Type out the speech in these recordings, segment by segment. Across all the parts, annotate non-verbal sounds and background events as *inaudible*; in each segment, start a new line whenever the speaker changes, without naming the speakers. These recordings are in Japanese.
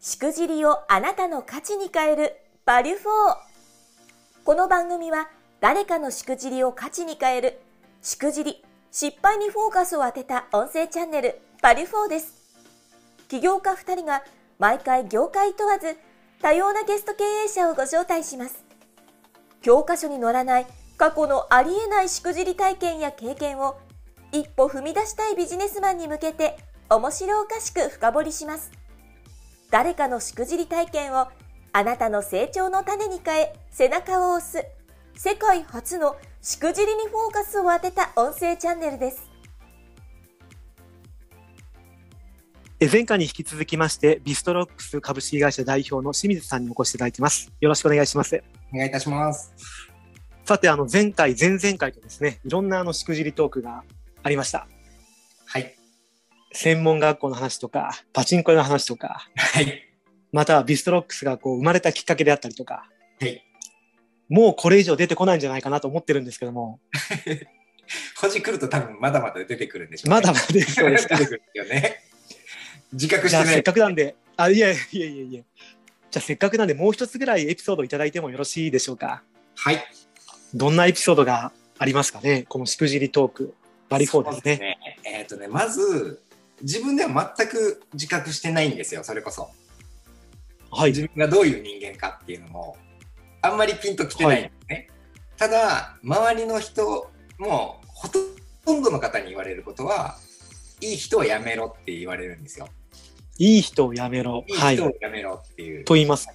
しくじりをあなたの価値に変えるバリュフォーこの番組は誰かのしくじりを価値に変えるしくじり失敗にフォーカスを当てた音声チャンネルバリュフォーです起業家2人が毎回業界問わず多様なゲスト経営者をご招待します教科書に載らない過去のありえないしくじり体験や経験を一歩踏み出したいビジネスマンに向けて面白おかしく深掘りします誰かのしくじり体験をあなたの成長の種に変え背中を押す世界初のしくじりにフォーカスを当てた音声チャンネルです
え前回に引き続きまして、ビストロックス株式会社代表の清水さんにお越しいただいてます。よろしくお願いします。
お願いいたします。
さて、あの前回、前々回とですね、いろんなあのしくじりトークがありました。
はい。
専門学校の話とか、パチンコ屋の話とか、
はい。
またはビストロックスがこう生まれたきっかけであったりとか、
はい。
もうこれ以上出てこないんじゃないかなと思ってるんですけども、
星来ると多分まだまだ出てくるんでしょうね
まだまだ出てき
*laughs*
そうです
出。てくるよ
*laughs*
ね。自覚し
じゃ
て
あ
な
せっ
い。
かくなんで、あ、いやいやいやいや。じゃあせっかくなんでもう一つぐらいエピソードをいただいてもよろしいでしょうか。
はい。
どんなエピソードがありますかね、このしくじりトーク、バリフォーですね。
そうですねえっ、とね、まず、自分では全く自覚してないんですよ、それこそ。
はい、
自分がどういう人間かっていうのも、あんまりピンときてないんですね。ただ、周りの人も、ほとんどの方に言われることは、いい人はやめろって言われるんですよ。
いい人をやめろ。
いい
は
人を
い。
やめろっていう。
と言います。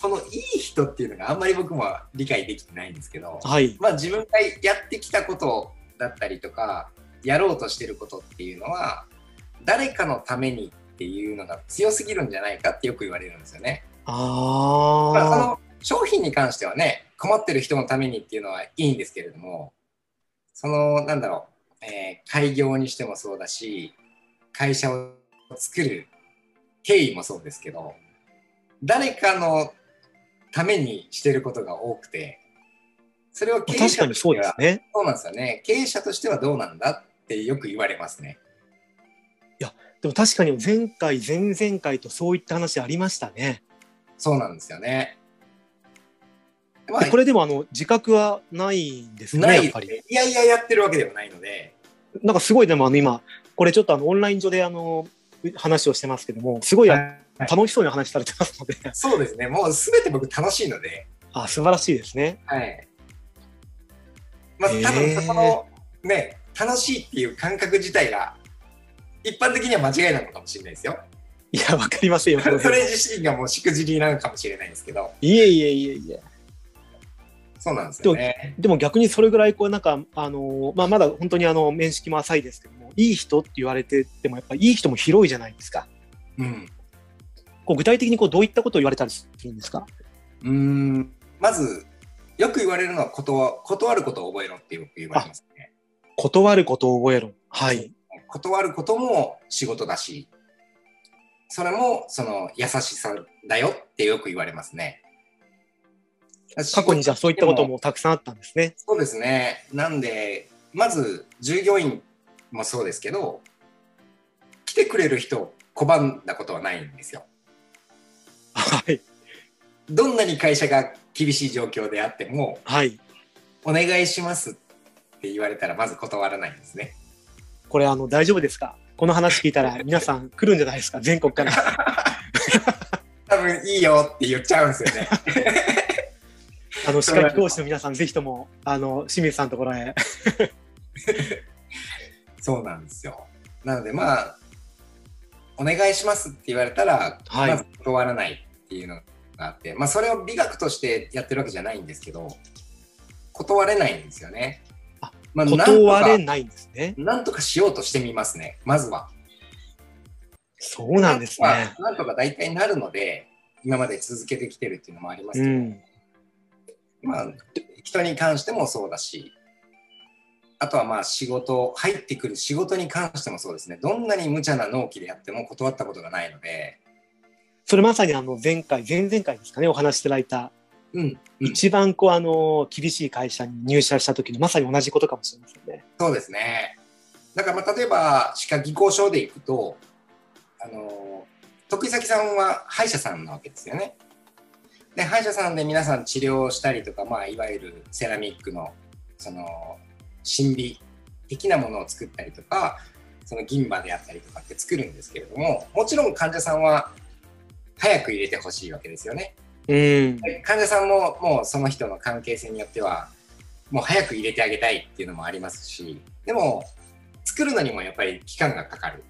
このいい人っていうのがあんまり僕も理解できてないんですけど、
はい。
まあ、自分がやってきたことだったりとかやろうとしてることっていうのは誰かのためにっていうのが強すぎるんじゃないかってよく言われるんですよね。まあ、そ
あ
の商品に関してはね困ってる人のためにっていうのはいいんですけれどもそのなんだろう、えー開業にしてもそうだし会社を作る経緯もそうですけど誰かのためにしてることが多くてそれを
あ。
経営
確か
者と
に
して
そう
は
ですね。
そうなんですよね経営者としてはどうなんだってよく言われますね。
でも確かに前回、前々回とそういった話ありましたね。
そうなんですよね。ま
でこれでもあの自覚はないんです
な
ね、
い
やっぱり。
いやいややってるわけではないので。
なんかすごいでもあの今、これちょっとあのオンライン上であの話をしてますけども、すごいあの
はい
楽しそうに話されてますので、
そうですね、もうすべて僕楽しいので、
あ、素晴らしいですね。
はい。まあ、
へー
多分そこの、ね、楽しいっていう感覚自体が、一般的には間違いなのかもしれないですよ。
いや、わかりませんよ。この
そ
辺
れ自身がもうしくじりなのかもしれないんですけど、
いえいえいえいえ。
そうなんですよね。
でも逆にそれぐらいこうなんかあのまあまだ本当にあの面識も浅いですけどもいい人って言われててもやっぱいい人も広いじゃないですか。
うん。
こう具体的にこうどういったことを言われたりするんですか。
うーん。まず、よく言われるのは断、断ることを覚えろってよく言われますね。
断ることを覚えろ。はい。
断ることも仕事だし、それもその優しさだよってよく言われますね。
過去にじゃあそういったこともたくさんあったんですね。
そうですね。なんで、まず従業員もそうですけど、来てくれる人を拒んだことはないんですよ。
はい
どんなに会社が厳しい状況であっても、
はい。
お願いしますって言われたらまず断らないんですね。
これあの大丈夫ですか。この話聞いたら皆さん来るんじゃないですか。全国から。
多分いいよって言っちゃうんですよね。
あの歯科技講師の皆さんぜひともあの清水さんのところへ。
そうなんですよ。なのでまあ、お願いしますって言われたら、
はい
まず断らないっていうのがあって、まあそれを美学としてやってるわけじゃないんですけど、断れないんですよね。
あ
まあ
断れ
なんとか
ないんですね。
なんとかしようとしてみますね、まずは。
そうなんですね。
まあなんとか大体なるので、今まで続けてきてるっていうのもあります
う
けど、
ん。
まあ、人に関してもそうだし、あとはまあ仕事、入ってくる仕事に関してもそうですね、どんなに無茶な納期でやっても断ったことがないので、
それまさにあの前回前々回ですかねお話しいただいた
うん、うん、
一番こうあの厳しい会社に入社した時のまさに同じことかもしれませんね。
そうですね。だからまあ例えば、歯科技工証で行くと、あの得意先さんは歯医者さんなわけですよね。で歯医者さんで皆さん治療をしたりとか、まあ、いわゆるセラミックのその神秘的なものを作ったりとかその銀歯であったりとかって作るんですけれどももちろん患者さんは早く入れてほしいわけですよね。
うん。
で患者さんももうその人の関係性によってはもう早く入れてあげたいっていうのもありますしでも作るのにもやっぱり期間がかかる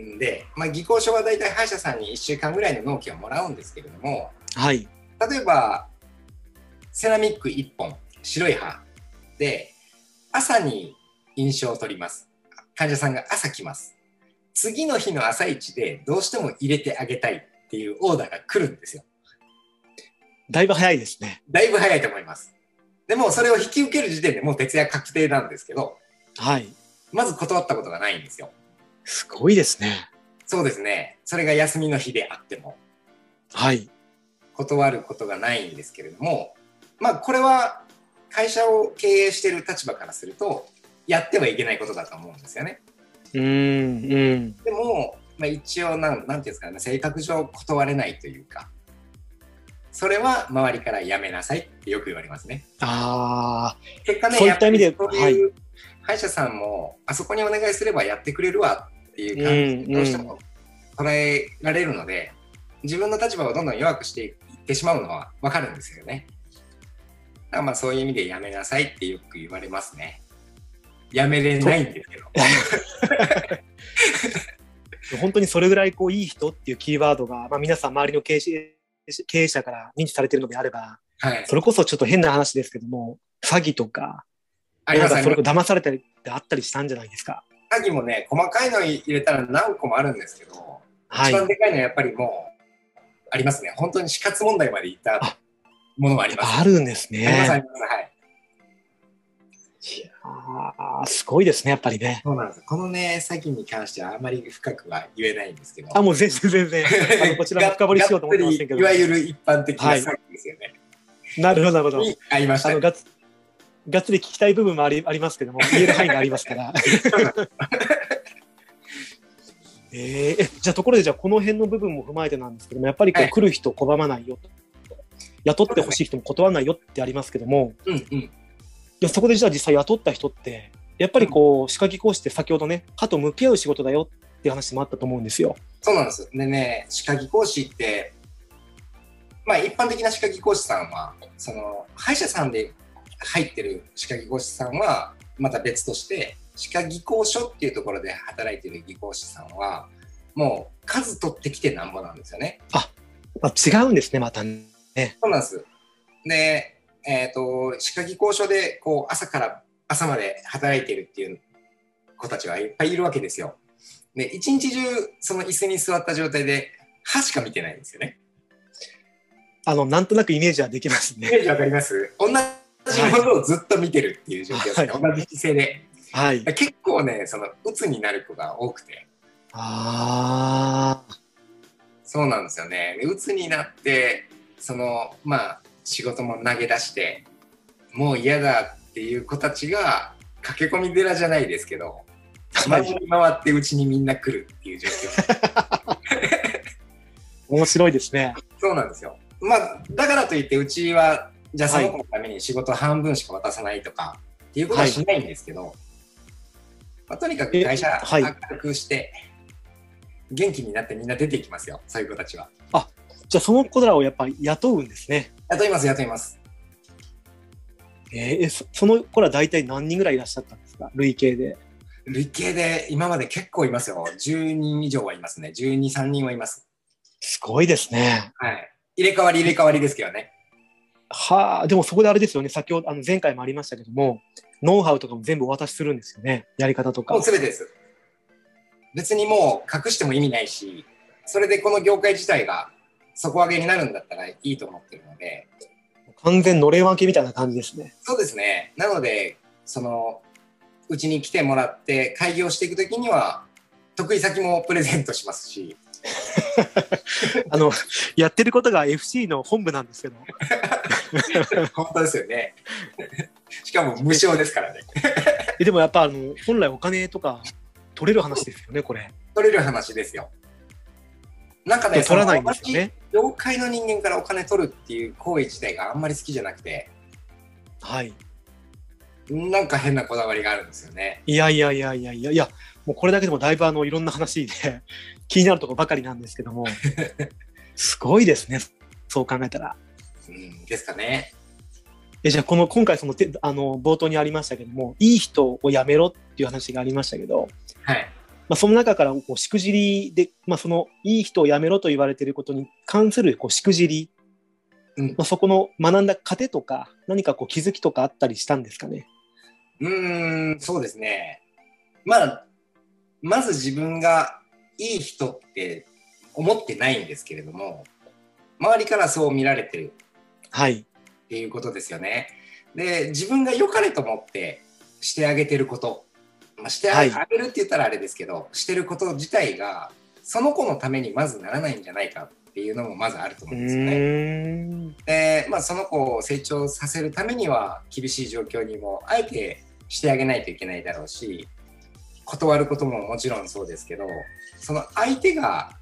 んで、まあ、技巧書は大体歯医者さんに1週間ぐらいの納期をもらうんですけれども
はい。
例えばセラミック1本白い歯で朝に印象を取ります患者さんが朝来ます次の日の朝一でどうしても入れてあげたいっていうオーダーが来るんですよ
だいぶ早いですね。
だいぶ早いと思います。でもうそれを引き受ける時点でもう徹夜確定なんですけど、
はい。
まず断ったことがないんですよ。
すごいですね。
そうですね。それが休みの日であっても
はい。
断ることがないんですけれども、まあこれは会社を経営している立場からすると、やってはいけないことだと思うんですよね。
うん、うん。
でも、まあ、一応なん、なんていうんですかね、性格上断れないというか、それは周りからやめなさいってよく言われますね。
ああ、
結果ね、
そういった意味で
やっぱりそういう歯医者さんも、あそこにお願いすればやってくれるわっていう感じ
うん
でどうしても捉えられるので、自分の立場をどんどん弱くしていってしまうのは分かるんですよね。だからまあそういう意味でやめなさいってよく言われますね。やめれないんですけど。
*laughs* 本当にそれぐらいこういい人っていうキーワードが、まあ、皆さん周りの経営し経営者から認知されているのであれば、
はい。
それこそちょっと変な話ですけども、詐欺とか、
ありま
なん
す
か
あ
それ
り
こ
ま
そ騙されたりってあったりしたんじゃないですか。
す。鍵もね、細かいの入れたら何個もあるんですけど、
は
一
い。
番でかいのはやっぱりもう、ありますね。本当に死活問題までいったものはあります。
あるんです
ありますあ
ね。
ります。はい。
ああ、すごいですね、やっぱりね。
そうなんです。このね、詐欺に関してはあまり深くは言えないんですけど。
あ、もう全然全然。あのこちらも深掘りしようと思ってませんけど
がっつりいわゆる一般的な詐欺ですよね。
なるほど、なるほど。
にありまし
あ
た
の、
ね。
がっつがっつり聞きたい部分もありありますけども、言える範囲があります
*laughs*
から。えーえじゃあところでじゃあこの辺の部分も踏まえてなんですけどもやっぱりこ
は
う
い
来る人を拒まないよと、雇ってほしい人も断らないよってありますけども
うんうん。
いやそこでじゃあ実際雇った人ってやっぱりこう歯科技講師って先ほどね歯と向き合う仕事だよって話もあったと思うんですよ。
そうなんです。でね、歯科技講師って、まあ一般的な歯科技講師さんは、その、歯医者さんで入ってる歯科技講師さんは、また別として、歯科技工所っていうところで働いてる技工師さんは、もう数取ってきてなんぼなんですよね。
まあ、違うんですねまたね。
そうなんです。で、えっ、と、歯科技工所で、こう、朝から朝まで働いてるっていう子たちはいっぱいいるわけですよ。で、一日中、その椅子に座った状態で、歯しか見てないんですよね。
あのなんとなくイメージはできます
イ
ね。
メージわかります同じものをずっと見てるっていう状況ですね。同じ姿勢で。
はい。
結構ね、その、鬱になる子が多くて。
ああ
そうなんですよね。で鬱になってそのまあ仕事も投げ出してもう嫌だっていう子たちが駆け込み寺じゃないですけど
は
回
い
り回ってうちにみんな来るっていう状況
面白いですね。
そうなんですよ。まあだからといってうちはじゃあその子のために仕事半分しか渡さないとかっていうことはしないんですけど、まあ、とにかく会社
えはい
明るくして元気になってみんな出ていきますよそういう子たちは。
じゃあその子らをやっぱり雇うんですね。
雇います雇います。
えーえそその子ら大体何人ぐらいいらっしゃったんですか累計で。
累計で今まで結構いますよ。10人以上はいますね。12、3人はいます。
すごいですね。
はい。入れ替わり入れ替わりですけどね。
はあ、でもそこであれですよね、先ほど、あの前回もありましたけども、ノウハウとかも全部お渡しするんですよね、やり方とか
もう。全てです。別にもう隠しても意味ないし、それでこの業界自体が底上げになるんだったらいいと思ってるので、
完全のれん分けみたいな感じですね。
そうですね。なので、その、うちに来てもらって開業していくときには、得意先もプレゼントしますし、
あの、やってることが FC の本部なんですけど、
本当ですよね。 *laughs* しかも無償ですからね。
えでもやっぱあの、本来お金とか取れる話ですよね、これ。
取れる話ですよ。なんかね、
取らないんですよね。
その同じ業界の人間からお金取るっていう行為自体があんまり好きじゃなくて、
はい。
なんか変なこだわりがあるんですよね。
いやいやいやいやいやいや、もうこれだけでもだいぶあのいろんな話で *laughs* 気になるところばかりなんですけど *laughs* も、すごいですね、そう考えたら。
うん、ですかね。
えじゃあこの今回そのてあの冒頭にありましたけども、いい人をやめろっていう話がありましたけど、
はい。
まあ、その中からこうしくじりで、まあ、そのいい人をやめろと言われていることに関するこうしくじり、
うん
まあ、そこの学んだ糧とか何かこう気づきとかあったりしたんですかね。
うーん、そうですね。まあ、まず自分がいい人って思ってないんですけれども、周りからそう見られてる
はい、
っていうことですよね。で、自分が良かれと思ってしてあげてること、まあ、してあ
は
げ
い
あげるって言ったらあれですけど、してること自体が、その子のためにまずならないんじゃないかっていうのもまずあると思うんですよね。
ん
で、まあ、その子を成長させるためには厳しい状況にもあえてしてあげないといけないだろうし断ることももちろんそうですけどその相手が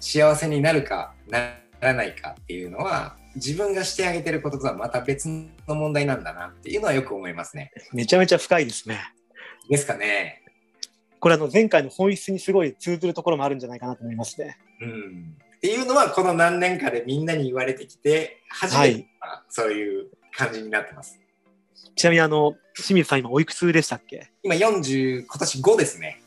幸せになるかならないかっていうのは自分がしてあげてることとはまた別の問題なんだなっていうのはよく思いますね。
めちゃめちゃ深いですね。
ですかね。
これあの前回の本質にすごい通ずるところもあるんじゃないかなと思いますね。
うん、っていうのはこの何年かでみんなに言われてきて初めて、まあそういう感じになってます。
ちなみにあの清水さん今おいくつでしたっけ
今40今年5ですね。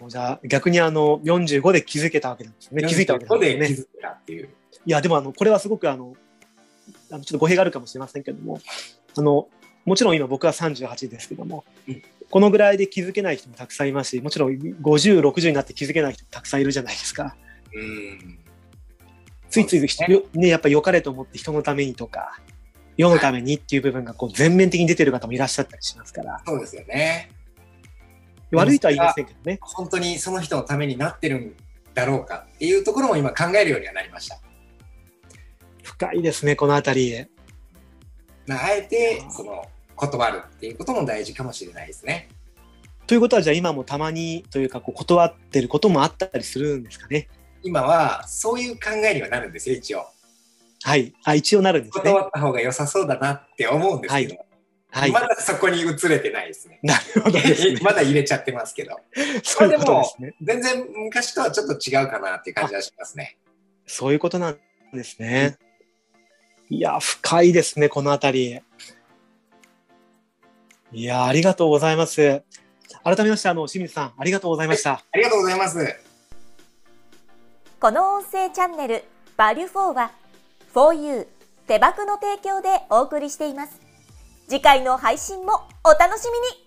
もうじゃあ逆にあの45で気づけたわけなんですね。気づいたわけなんです
で
ね
気。づいたっていう。
いや、でもあの、これはすごくあの、あのちょっと語弊があるかもしれませんけども、あの、もちろん今僕は38ですけども、
うん
このぐらいで気づけない人もたくさんいますし、もちろん50、60になって気づけない人もたくさんいるじゃないですか。
うん。
ついつい
そうですね
よ、ね、やっぱ良かれと思って人のためにとか、世のためにっていう部分がこう全面的に出てる方もいらっしゃったりしますから、
そうですよね。うん
悪いとは言いませんけどね。
本当にその人のためになってるんだろうかっていうところも今考えるようにはなりました。
深いですね、このあたり。
なあえてその断るっていうことも大事かもしれないですね。
ということは、じゃあ今もたまにというか、こう断ってることもあったりするんですかね。
今はそういう考えにはなるんですよ、一応。
はい。あ、一応なるんですね。
断った方が良さそうだなって思うんですけど、
はい
ま。だそこに移れてないですね。。
なるほどです *laughs* ね
*laughs* まだ入れちゃってますけど、
そういうことですね。
全然昔とはちょっと違うかなっていう感じはしますね。
そういうことなんですね。いや、深いですね、このあたり。いや、ありがとうございます。改めまして、あの、清水さん、ありがとうございました。
ありがとうございます。
この音声チャンネル「バリュ4」は「4U」手箱の提供でお送りしています次回の配信もお楽しみに